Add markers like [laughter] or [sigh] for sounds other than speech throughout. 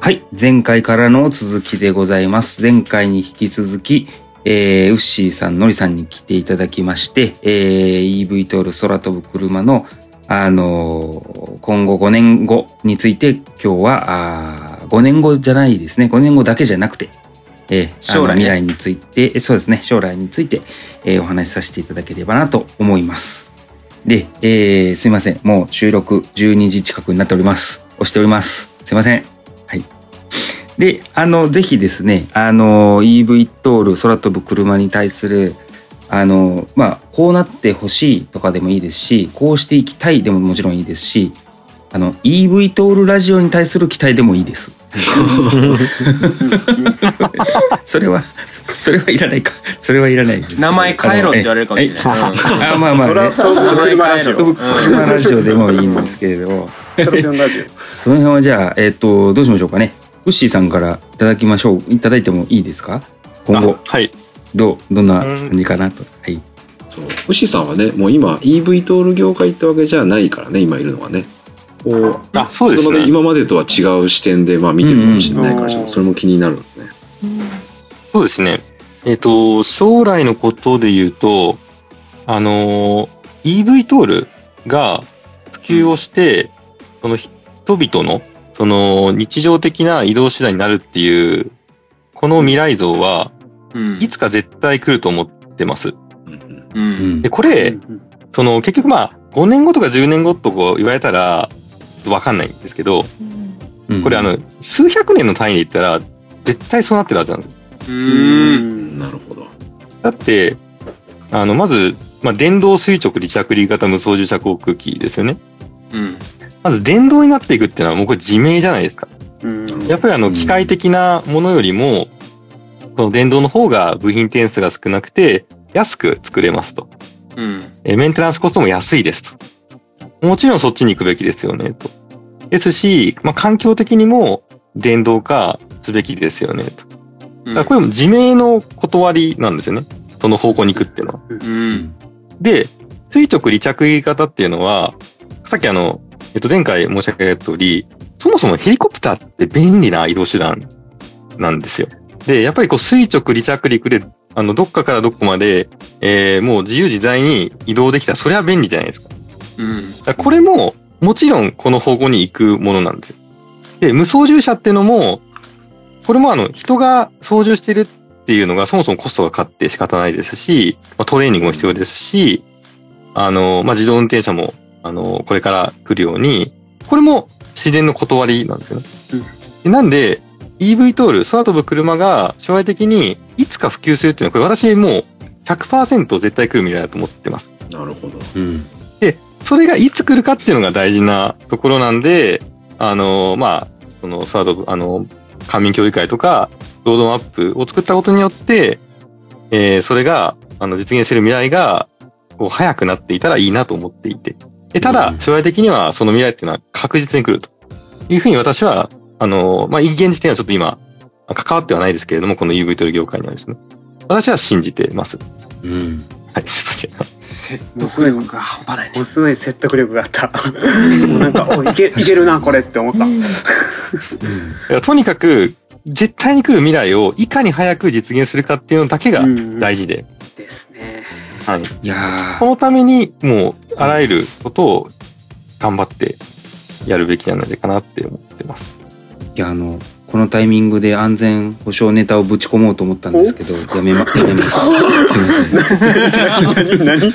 はい。前回からの続きでございます。前回に引き続き、えー、ウッシーさん、ノリさんに来ていただきまして、えー、EV トール空飛ぶ車の、あのー今後5年後について、今日は、あ5年後じゃないですね。5年後だけじゃなくて、えー、あの将来ね未来について、えそうですね。将来について、えーお話しさせていただければなと思います。で、えー、すいません。もう収録12時近くになっております。押しております。すいません。はい。で、あの、ぜひですね、あの、EV トール、空飛ぶ車に対する、あの、まあ、こうなってほしいとかでもいいですし、こうしていきたいでももちろんいいですし、あの、EV トールラジオに対する期待でもいいです。それは、それはいらないか。それはいらないです。名前変えろって言われるかもしれあのない。ええあ、まあまあ、ね。空飛ぶ車ラジ空飛オ。ぶ車ラジオでもいいんですけれども、空飛ぶラジその辺はじゃあ、えっ、と、どうしましょうかね。ウッシーさんからいただきましょう。いただいてもいいですか今後あ、はい。どう、どんな感じかなと。はい。オ。そう牛さんはね、もう今 EV トール業界ってわけじゃないからね、今いるのはね。こうあ、そうですそれまでね。今までとは違う視点で、まあ、見てるかもしれないから、ちょっとそれも気になるんですね。そうですね。えっ、と、将来のことで言うと、あのー EV トールが普及をして、その人々の、その日常的な移動手段になるっていう、この未来像は、うんいつか絶対来ると思ってます。うんう。うんんで、。これ、その結局まあ、5年後とか10年後とか言われたら、わかんないんですけど、うんこれあ、の、数百年の単位で言ったら、絶対そうなってるはずなんです。う。うんんなるほど。だって、あの、まず、まあ、電動垂直離着陸型無操縦者航空機ですよね。うん。まず電動になっていくっていうのはもうこれ自明じゃないですか。やっぱりあうの、ん機械的なものよりも、この電動の方が部品点数が少なくて、安く作れますと。うん。えーメンテナンスコストも安いですと。もちろんそっちに行くべきですよね、と。ですし、まあ、環境的にも電動化すべきですよね、と。うだんからこれも自明の断りなんですよね。その方向に行くっていうのは。うん。で、垂直離着陸型っていうのは、さっきあの、えっと、前回申し上げた通り、そもそもヘリコプターって便利な移動手段なんですよ。で、やっぱりこう垂直離着陸で、あの、どっかからどこまで、えー、もう自由自在に移動できたら、それは便利じゃないですか。うん。だからこれも、もちろんこの方向に行くものなんですよ。で、無操縦者っていうのも、これもあの、人が操縦してるっていうのがそもそもコストがかかって仕方ないですし、まあ、トレーニングも必要ですし、あの、まあ、自動運転車も、あの、これから来るように、これも自然の断りなんですよね。でなんで、EV トール、空飛ぶ車が将来的にいつか普及するっていうのは、これ私もう100%絶対来る未来だと思ってます。なるほど。うん。それがいつ来るかっていうのが大事なところなんで、あの、まあ、その、サード、あの、官民協議会とか、ロードマップを作ったことによって、えーそれが、あの、実現してる未来が、こう、早くなっていたらいいなと思っていて。でただう、ん将来的には、その未来っていうのは確実に来ると。いうふうに私は、あの、まあ、現時点はちょっと今、関わってはないですけれども、この EV トル業界にはですね。私は信じてます。うん。はい、すいません。説す得ごい力ながんか半端ないね。ものすごい説得力があった。もうなんか、お、いけ、いけるな、これって思った。いやとにかく、絶対に来る未来をいかに早く実現するかっていうのだけがうん大事で、ですね。はい、いやこのためにもうあらゆることを頑張ってやるべきじゃないかなって思ってます。ー、いや、あの、このタイミングで安全保障ネタをぶち込もうと思ったんですけど、やめま、やめます。すいません。何何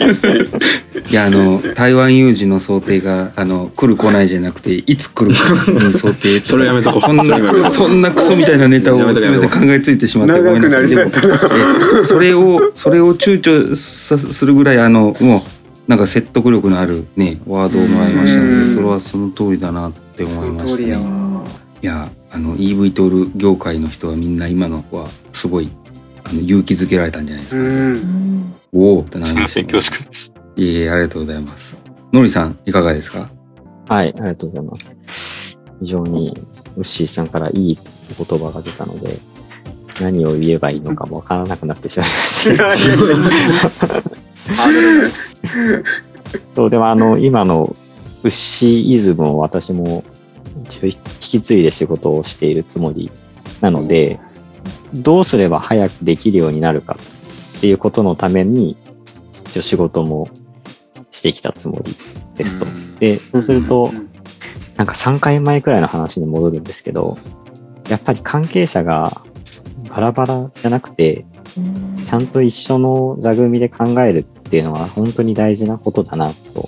いやあの台湾有事の想定があの来る来ないじゃなくていつ来るかの想定それやめとこ [laughs] うそん [laughs] それやめとこなうそんなクソみたいなネタをやめとすこうみません考えついてしまってごめ長んさくないりそうやったな。でもえそれをそれを躊躇さするぐらいあのもうなんか説得力のあるねワードをもらいましたのでうんそれはその通りだなって思いましたね。いやあの EV トール業界の人はみんな今のはすごいあの勇気づけられたんじゃないですうか。ん。おおってなすりみまましせたん、ね、恐縮です。いえいえありがとうございます。のりさんいかがですかはい、ありがとうございます。非常に、ウッシーさんからいいお言葉が出たので、何を言えばいいのかもわからなくなってしまいまい [laughs] した。やいやいやそう、でもあの、今のウッシーイズムを私も一応引き継いで仕事をしているつもりなので、どうすれば早くできるようになるかっていうことのために、一応仕事もしてきたつもりですと。で、そうすると、なんか3回前くらいの話に戻るんですけど、やっぱり関係者がバラバラじゃなくて、ちゃんと一緒の座組で考えるっていうのは本当に大事なことだなと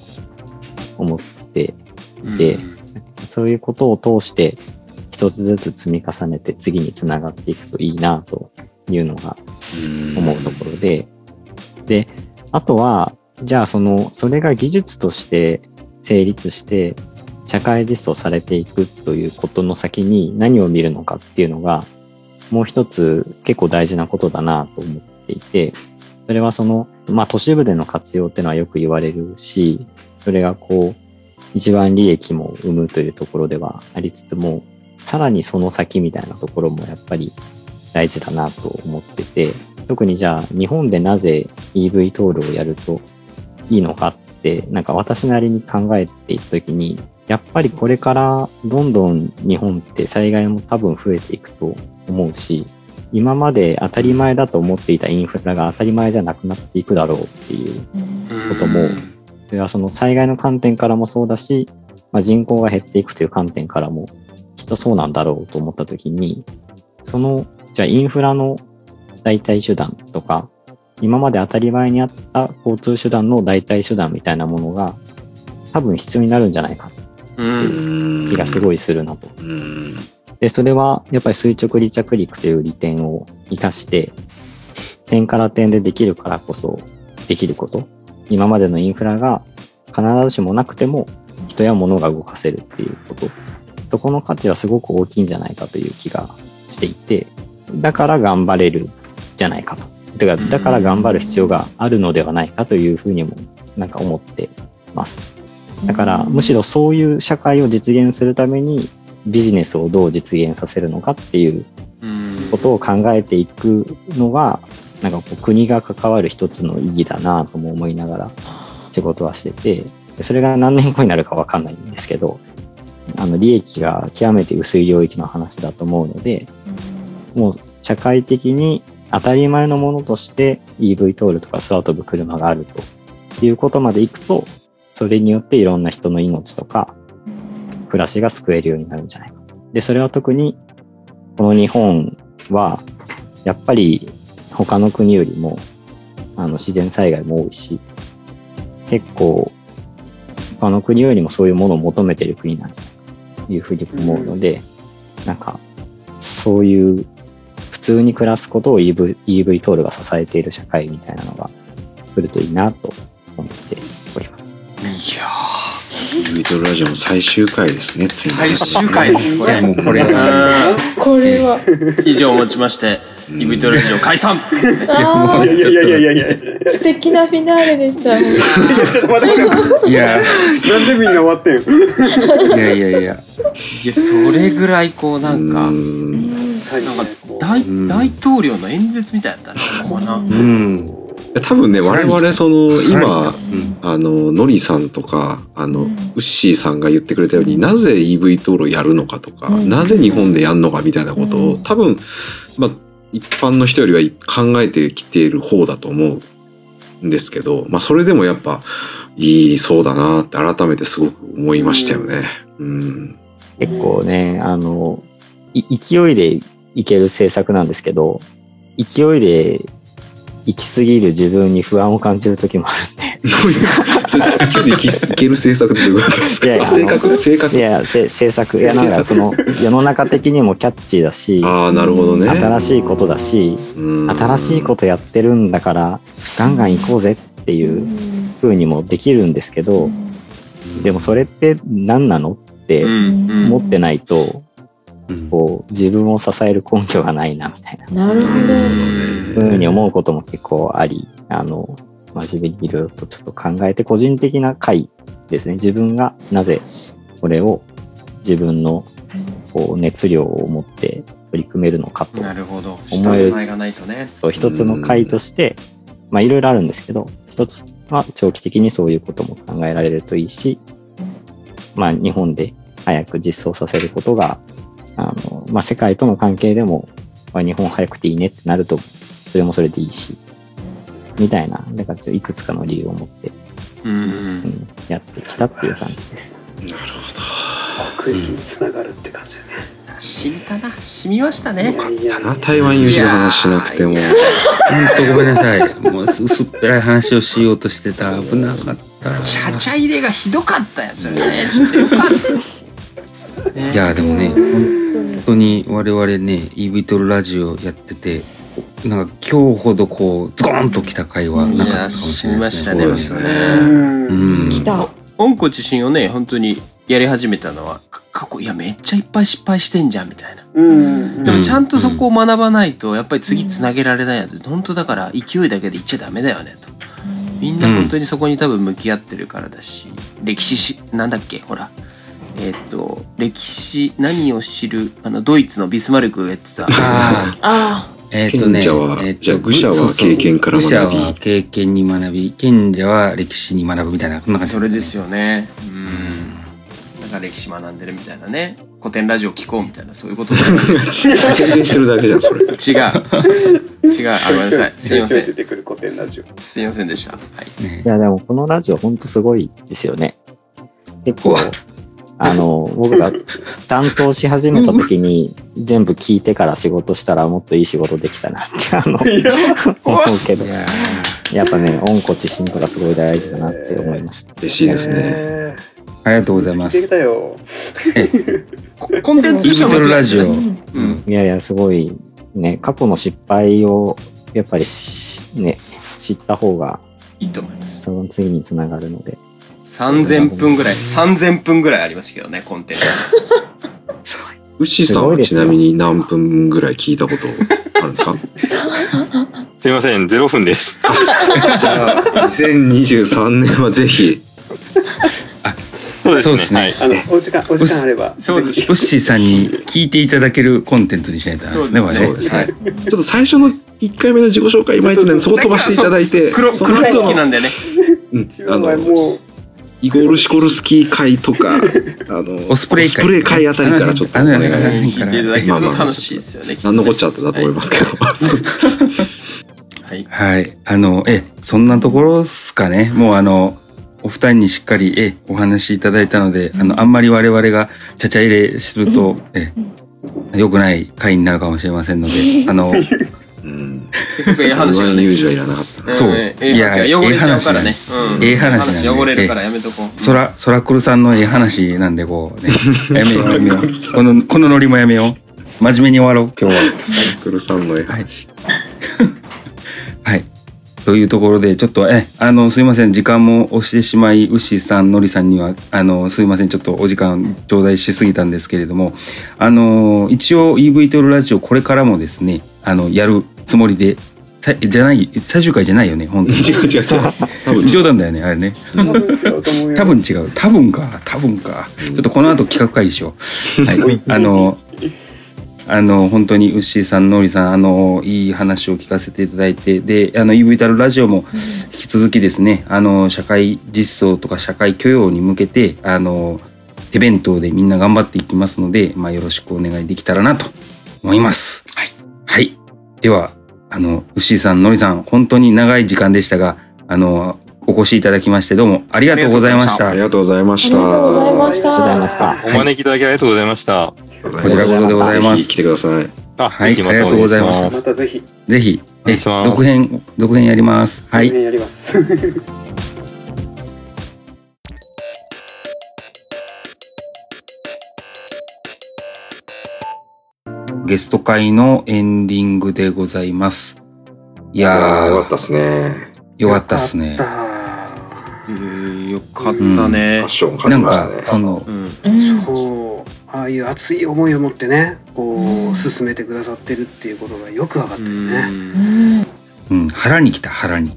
思って、でそういうことを通して一つずつ積み重ねて次につながっていくといいなというのが思うところで、で、あとは、じゃあその、それが技術として成立して、社会実装されていくということの先に何を見るのかっていうのが、もう一つ結構大事なことだなと思っていて、それはその、まあ都市部での活用っていうのはよく言われるし、それがこう、一番利益も生むというところではありつつも、さらにその先みたいなところもやっぱり大事だなと思ってて、特にじゃあ日本でなぜ EV トールをやるといいのかって、なんか私なりに考えていたときに、やっぱりこれからどんどん日本って災害も多分増えていくと思うし、今まで当たり前だと思っていたインフラが当たり前じゃなくなっていくだろうっていうこともそれはその災害の観点からもそうだし、まあ、人口が減っていくという観点からもきっとそうなんだろうと思った時に、その、じゃあインフラの代替手段とか、今まで当たり前にあった交通手段の代替手段みたいなものが多分必要になるんじゃないかって気がすごいするなと。うんで、それはやっぱり垂直離着陸という利点を活かして、点から点でできるからこそできること。今までのインフラが必ずしもなくても人や物が動かせるっていうこと。そこの価値はすごく大きいんじゃないかという気がしていて、だから頑張れるじゃないかと。てか、だから頑張る必要があるのではないかというふうにもなんか思ってます。だから、むしろそういう社会を実現するためにビジネスをどう実現させるのかっていうことを考えていくのがなんかこう国が関わる一つの意義だなとも思いながら仕事はしててでそれが何年後になるかわかんないんですけどあの利益が極めて薄い領域の話だと思うのでもう社会的に当たり前のものとして EV トールとか空飛ぶ車があるということまでいくとそれによっていろんな人の命とか暮らしが救えるようになるんじゃないかでそれは特にこの日本はやっぱり他の国よりもあの自然災害も多いし結構他の国よりもそういうものを求めてる国なんじゃないかというふうに思うので、なんかそういう普通に暮らすことを EV, EV トールが支えている社会みたいなのが来るといいなと思っております。ビートルラジオも最終回ですねついに最終回ですこいや、れもうこれうは、んこれは。以上をもちましてイブトラジオ解散あいやいやいやいやいやいー素敵なフィナーレでしたね。やちょっと待ってな [laughs] んいや、でみんな終わってんいやいやいや、いやそれぐらいこうなんかうんなんか大大統領の演説みたいだったねここはなうん。多分ね我々その今うんあのノリさんとかあのウッシーさんが言ってくれたようになぜ EV 討論やるのかとか、うんなぜ日本でやるのかみたいなことを多分、まあ、一般の人よりは考えてきている方だと思うんですけど、まあ、それでもやっぱいいそうだなって改めてすごく思いましたよね。うん結構ね、あの、い勢いでいける政策なんですけど、勢いで行き過ぎる自分に不安を感じる時もあるどういうそれ勢いでいきいける政策ってどういうことですかいやいや性格性んで。い [laughs] 格やいや、せ政策。いや、なんかその、世の中的にもキャッチーだし、ああなるほどね。新しいことだし、新新しいことやってるんだから、ガンガン行こうぜっていう風にもできるんですけど、でもそれって何なのってうんうん思ってないと、うんこう、自分を支える根拠がないな、みたいな。なるほど。ふうに思うことも結構あり、あの、まあ、自分にいろいろとちょっと考えて、個人的な回ですね。自分がなぜこれを自分のこう熱量を持って取り組めるのかと。なるほど思下える支えがないとねそう、一つの回として、まあ、いろいろあるんですけど、一つは長期的にそういうことも考えられるといいし、まあ、日本で早く実装させることが、あの、まあ、世界との関係でも、まあ日本早くていいねってなると、それもそれでいいし、みたいな、だからちょっといくつかの理由を持って、うんう。ん、やってきたっていう感じです。奥行きにつながるって感じだね。染みたな。染みましたいね。やいやいやな台湾有事の話しなくてもいやほんとごめんなさい。もうす薄っぺらい話をしようとしてた。危なかった。ちゃちゃ入れがひどかったよ、それね。ちょっとよかった。ねいやーでもね、本当に我々ね、イービトルラジオやってて、なんか今日ほどこう、ズコーンときた回はなかったかもしれないですね。いやー染みましたねうんうん。来た。音子自身をね、本当にやり始めたのは、か過去、いや、めっちゃいっぱい失敗してんじゃん、みたいな。うんでもちゃんとそこを学ばないと、やっぱり次つなげられないやつ、本当だから勢いだけでいっちゃダメだよね、と。みんな本当にそこに多分向き合ってるからだし、歴史し、なんだっけ、ほら。えっと、歴史、何を知る、あの、ドイツのビスマルクがやってた。ああ、あえっ、とね、賢者は、えっ、じゃあと、愚者そうはそう経験から愚者学びは経験に学び、賢者は歴史に学ぶみたいな、こんな感じ。それですよ。よね。ううん。ん。なんか歴史学んでるみたいなね。古典ラジオ聞こうみたいな、そういうことだよね宣伝してるだけじゃんそれ違う。違う。あ、ごめんなさい。すいませ出ん。てくる古典ラジオ。すいませんでした。はい。ねい、や、でもこのラジオほんとすごいですよね。結う構わ、あの、僕が担当し始めた時に、全部聞いてから仕事したらもっといい仕事できたなって、あの、思うけど、やっぱね、恩子知心とかすごい大事だなって思いました。嬉しいですねね。ありがとうございま聞いてす。きたよ。ココンテンツイーとしてビトはルラ間違ってジオない。。あ。うん。いやいや、すごい、ね、過去の失敗を、やっぱりし、ね、知った方が、いいと思います。その次につながるので、 3000分ぐらい、3000分ぐらいありますけどね、コンテンツ。すごい。牛さんはちなみに何分ぐらい聞いたことあるんですかすいません、0分です。じゃあ2023年はぜひそ [laughs] うそうですねはいあの、お時間、お時間あれば。そうですぜひヨッシーさんに聞いていただけるコンテンツにしないとダメですね、そうですねそ我うで々。すね、ちょっと最初の1回目の自己紹介いまいちなんでそこ飛ばしていただいて黒、その黒後意の識なんでね。うん一あ番前のもう、イゴール・シコルスキー会とかあのオスプレイ会オスプレイ会あたりからちょっとお願あのあのあのいあの聞いていただけると楽しいですよね。何のこっちゃってだと思いますけどはい。はい。あの、え、そんなところっすかね。もうあの、お二人にしっかり、え、お話しいただいたので、あの、あんまり我々がちゃちゃ入れすると、え、良くない回になるかもしれませんので、あの、うんせっかくええ話ワがンね。ユージはいらなか [laughs] っ [laughs] たそううんええ話いやが汚れちゃうからね。うんええ話なんで汚れるからやめとこう。そら、そらくるさんのいい話なんで、こうね、やめよう、やめよう。この、このノリもやめよう。真面目に終わろう、今日は。クルさんの絵話、はい。というところで、ちょっと、え、あの、すいません、時間も押してしまい、牛さん、のりさんには、あの、すいません、ちょっとお時間頂戴しすぎたんですけれども、あの、一応 EV トルラジオ、これからもですね、あの、やるつもりで、さじゃない、最終回じゃないよね、 [laughs] 本当に。違う違う違う多分冗談だよね、あれね。多分違うと思うよ多分違う。多分か。多分か。ちょっとこの後企画会議しよ [laughs] う。はい。あの、あの、本当に、ウッシーさん、ノーリさん、あの、いい話を聞かせていただいて、で、あの、イブイタルラジオも引き続きですね、あの、社会実装とか社会許容に向けて、あの、手弁当でみんな頑張っていきますので、まあ、よろしくお願いできたらなと思います。はい。はい。では、あの、ウッシーさん、ノーリさん、本当に長い時間でしたが、あの、お越しいただきまして、どうもありがとうございましたあり。がとうございましりたがとうございましありがとうございたま。した。お招きいただきありがとうございました。こちらこそでございまぜひ来す。てくださいあ、はいぜひまたありがとうございましたお願またぜひ、ぜひ、お願いします続編、続編やります。は来い。年やります。ゲスト会のエンディングでございます。いああやーよかっー、たですねよかったっすねよ。かっえーよかったファねッ。ション買ないんましたかね、その、うん。うんた。こう、ああいう熱い思いを持ってね、こうんう、進めてくださってるっていうことがよくわかっう。てるね。うんんうん、腹に来た、腹に。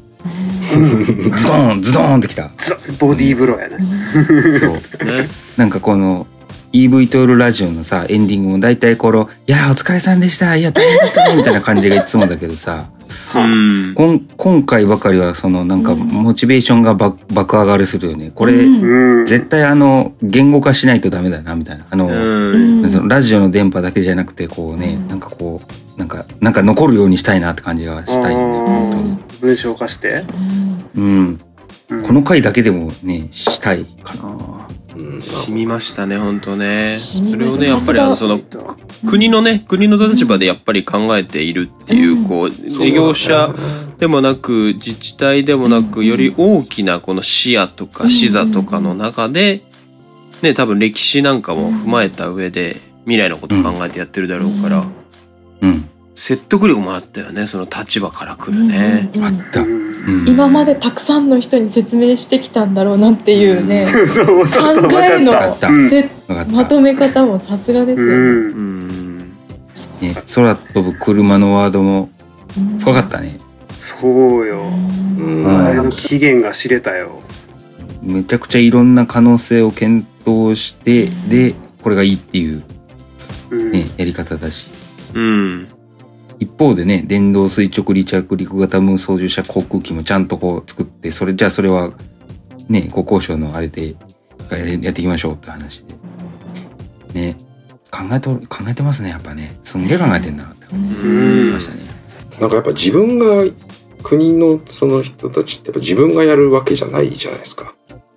うんズドーン、ズドーンってきた。ザボディーブローやね。そう。ね。なんかこの、EV トールラジオのさ、エンディングも大体この、いやーお疲れさんでした、いや、大変だったね、みたいな感じがいつもだけどさ、うん。こん今回ばかりはそのなんかうんモチベーションがば爆上がりするよねこれ、うんうん。絶対あの言語化しないとダメだなみたいなあの、うん。そのラジオの電波だけじゃなくてこうね、うんなんかこうなんかなんか残るようにしたいなって感じがしたいんでうん本当に、文章化して。うんうん、うんこの回だけでもねしたいかなうん染みましたね、本当ね。染そみれましたをね、やっぱさすりがあの、その、国のね、国の立場でやっぱり考えているっていうう、んこう、事業者でもなく、自治体でもなうく、んより大きなこの視野とうかん視座とかの中で、ね、多分歴史なんかも踏まえた上で、未来のことを考えてやってるだろうから、うん説得力もあったよね、その立場から来るね。うんあった、ううん、ん今までたくさんの人に説明してきたんだろうなっていうねそう考そうそう。えのわかっかったうんせ分かったまとめ方もさすがでたすうよねん。うん。ね、空飛ぶ車のワードもうん深かったねそうよ。うんうんあれの期限が知れたよ。めちゃくちゃいろんな可能性を検討してでこれがいいっていう、うん。ね、やり方だしうん。一方でね電動垂直離着陸型無操縦者航空機もちゃんとこう作ってそれじゃあそれはね国交省のあれでやれやっていきましょうって話でね考えと考えてますねやっぱねすんげえ考えてんなって思いましたね、なんかやっぱ自分が国のその人たちってやっぱ自分がやるわけじゃないじゃないですか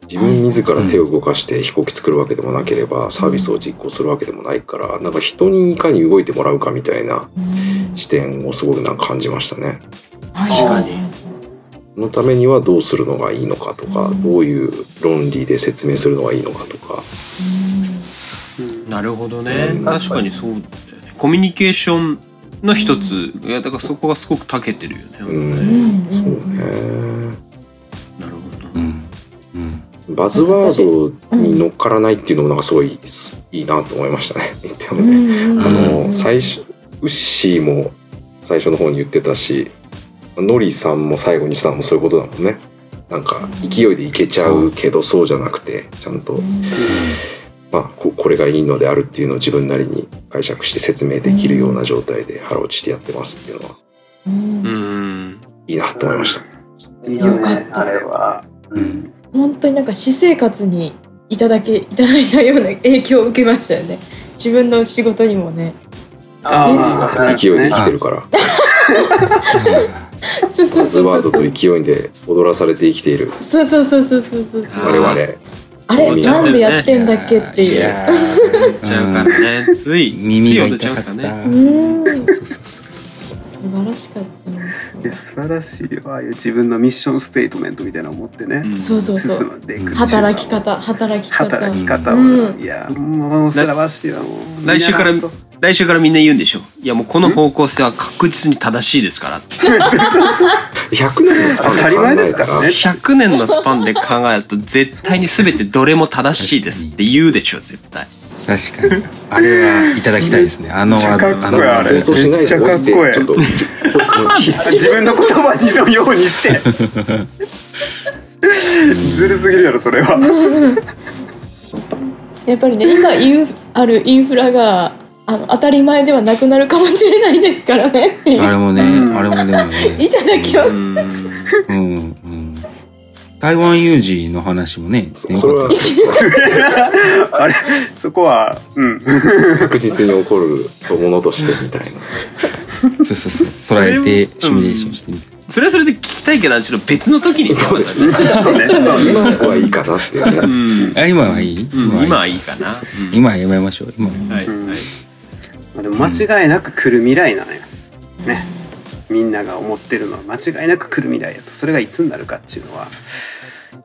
自分自ら手を動かして飛行機作るわけでもなければサービスを実行するわけでもないからなんか人にいかに動いてもらうかみたいなうん視点をすごくなんか感じましたねはい確かにそのためにはどうするのがいいのかとかどういう論理で説明するのがいいのかとかうんなるほどうねん確かにそうだよねコミュニケーションの一ついやだからそこがすごく長けてるよね、うんうんうそうんうんねなるほどうねんうんバズワードに乗っからないっていうのもなんかすごいいいなと思いましたね言ってもねうんあの、うん最初ウッシーも最初の方に言ってたしノリさんも最後にしたのもそういうことだもんねなんか勢いでいけちゃうけどそうじゃなくてちゃんと、まあ、ここれがいいのであるっていうのを自分なりに解釈して説明できるような状態で腹落ちしてやってますっていうのはうんうんいいなと思いました、いいよよかっね、たあれは。ううんん。本当になんか私生活にいただけ [laughs] いただいたような影響を受けましたよね自分の仕事にもねああ、勢いで生きてるから、そうそバうズそワうーそドうと勢いで踊らされて生きているそうそうそうそうそうそう我々あここれになんでやってんだっけっていいうやちゃうからねつい耳がつい踊っちゃ痛うんかうんった、ですかねそうそうそうそう素晴らしかったないや素晴らしいよああいう自分のミッションステートメントみたいなのを持ってね、そうそうそ進うんでいく働き方働き方働き方を、うんいやもう素晴らしいわもう来週から見習うと来週からみんな言うんでしょいやもうこの方向性は確実に正しいですからって100年当たり前ですからね100年のスパンで考えると絶対に全てどれも正しいですって言うでしょ絶対そう確かにあれはいただきたいですねあのワードあのワーめ放っちゃかっこ送いいあれしないでおいてめっちちょゃっかとっ必自分の言葉にのようにしてずるすぎるやろそれはやっぱりね今インフあるインフラがあの当たり前ではなくなるかもしれないですからねってドあいうれもね、うんあれもでもねいただきまうすんうんうん台湾有事の話もね、要 [laughs] それはあれそこはうん確実に起こるものとしてみたいなそうそうそう、捉えて、シミュレーションしてみて。それはそれで聞きたいけどちょっと別の時にそうですねそうねそうね今のはいいかなっていううね。ん、うんあ、今はいい今はいいいかな、うん今はやめましょう。今は。はい、うんはいまあでも間違いなく来る未来なのよねみんなが思ってるのは間違いなく来る未来だとそれがいつになるかっていうのは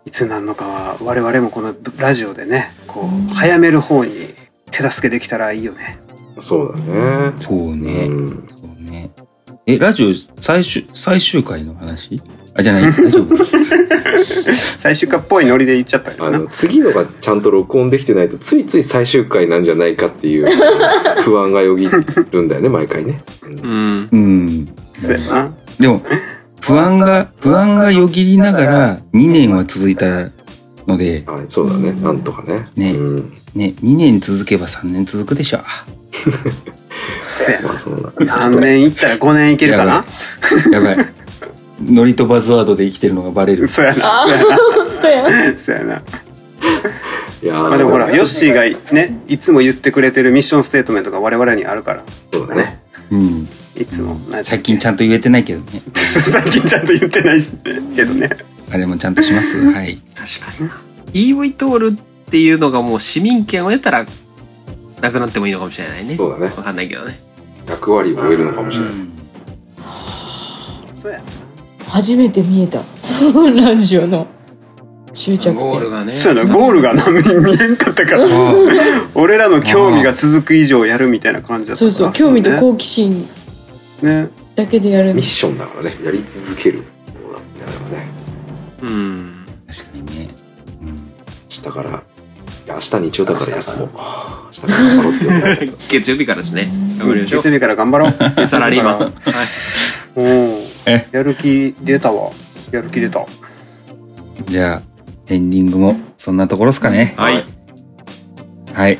いつなんのかは我々もこのラジオでねこう早める方に手助けできたらいいよねそうだね。そううね。ん。そうね。え、ラジオ最終、最終回の話あ、じゃない、大丈夫。最終回っぽいノリで言っちゃったけどあなの次のがちゃんと録音できてないとついつい最終回なんじゃないかっていう不安がよぎるんだよね毎回ね。ううんんうん。そうやなでも、不安が、不安がよぎりながら、2年は続いたので、はいそうだねなんとかね。ねうんね、2年続けば3年続くでしょう。せやまなあその3年いったら5年いけるかな [laughs] やばい。ノリとバズワードで生きてるのがバレる。そう [laughs] やな本当や。そうやないやーまあでもほらヨッシーがねいつも言ってくれてるミッションステートメントが我々にあるからそうだねうん。いつも最近ちゃんゃんと言えてないけどね。と [laughs] 最近ちゃんと言ってないしけどねあれもちゃんとします。はい。確かに EV 通るっていうのがもう市民権を得たらなくなってもいいのかもしれないねそわうだねかんないけどね役割を終えるのかもしれないそうや初めて見えた。 [laughs] ラジオの執着ゴール点。がねそうやなゴールがな見えんかったから俺らの興味が続く以上やるみたいな感じだったそうそう、興味と好奇心うねだけでやる [laughs] ミッ。ションだからねやり続けるそうだねあれはねうん確かにね。うん明日からいや明日日曜だから休もう明日から頑張ろうって言われたけど月曜日からですね頑張りまし月ょ曜日から頑張ろうう [laughs] サラリーマン、はい、うんえやる気出たわやる気出たじゃあ、エンディングもそんなところですかね。はい。はい。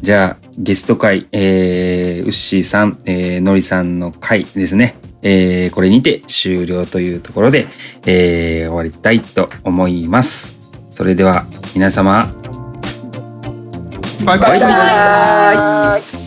じゃあ、ゲスト会、えー、ウッシーさん、えー、ノリさんの会ですね。えー、これにて終了というところで、えー、終わりたいと思います。それでは、皆様、バイバイバイバイ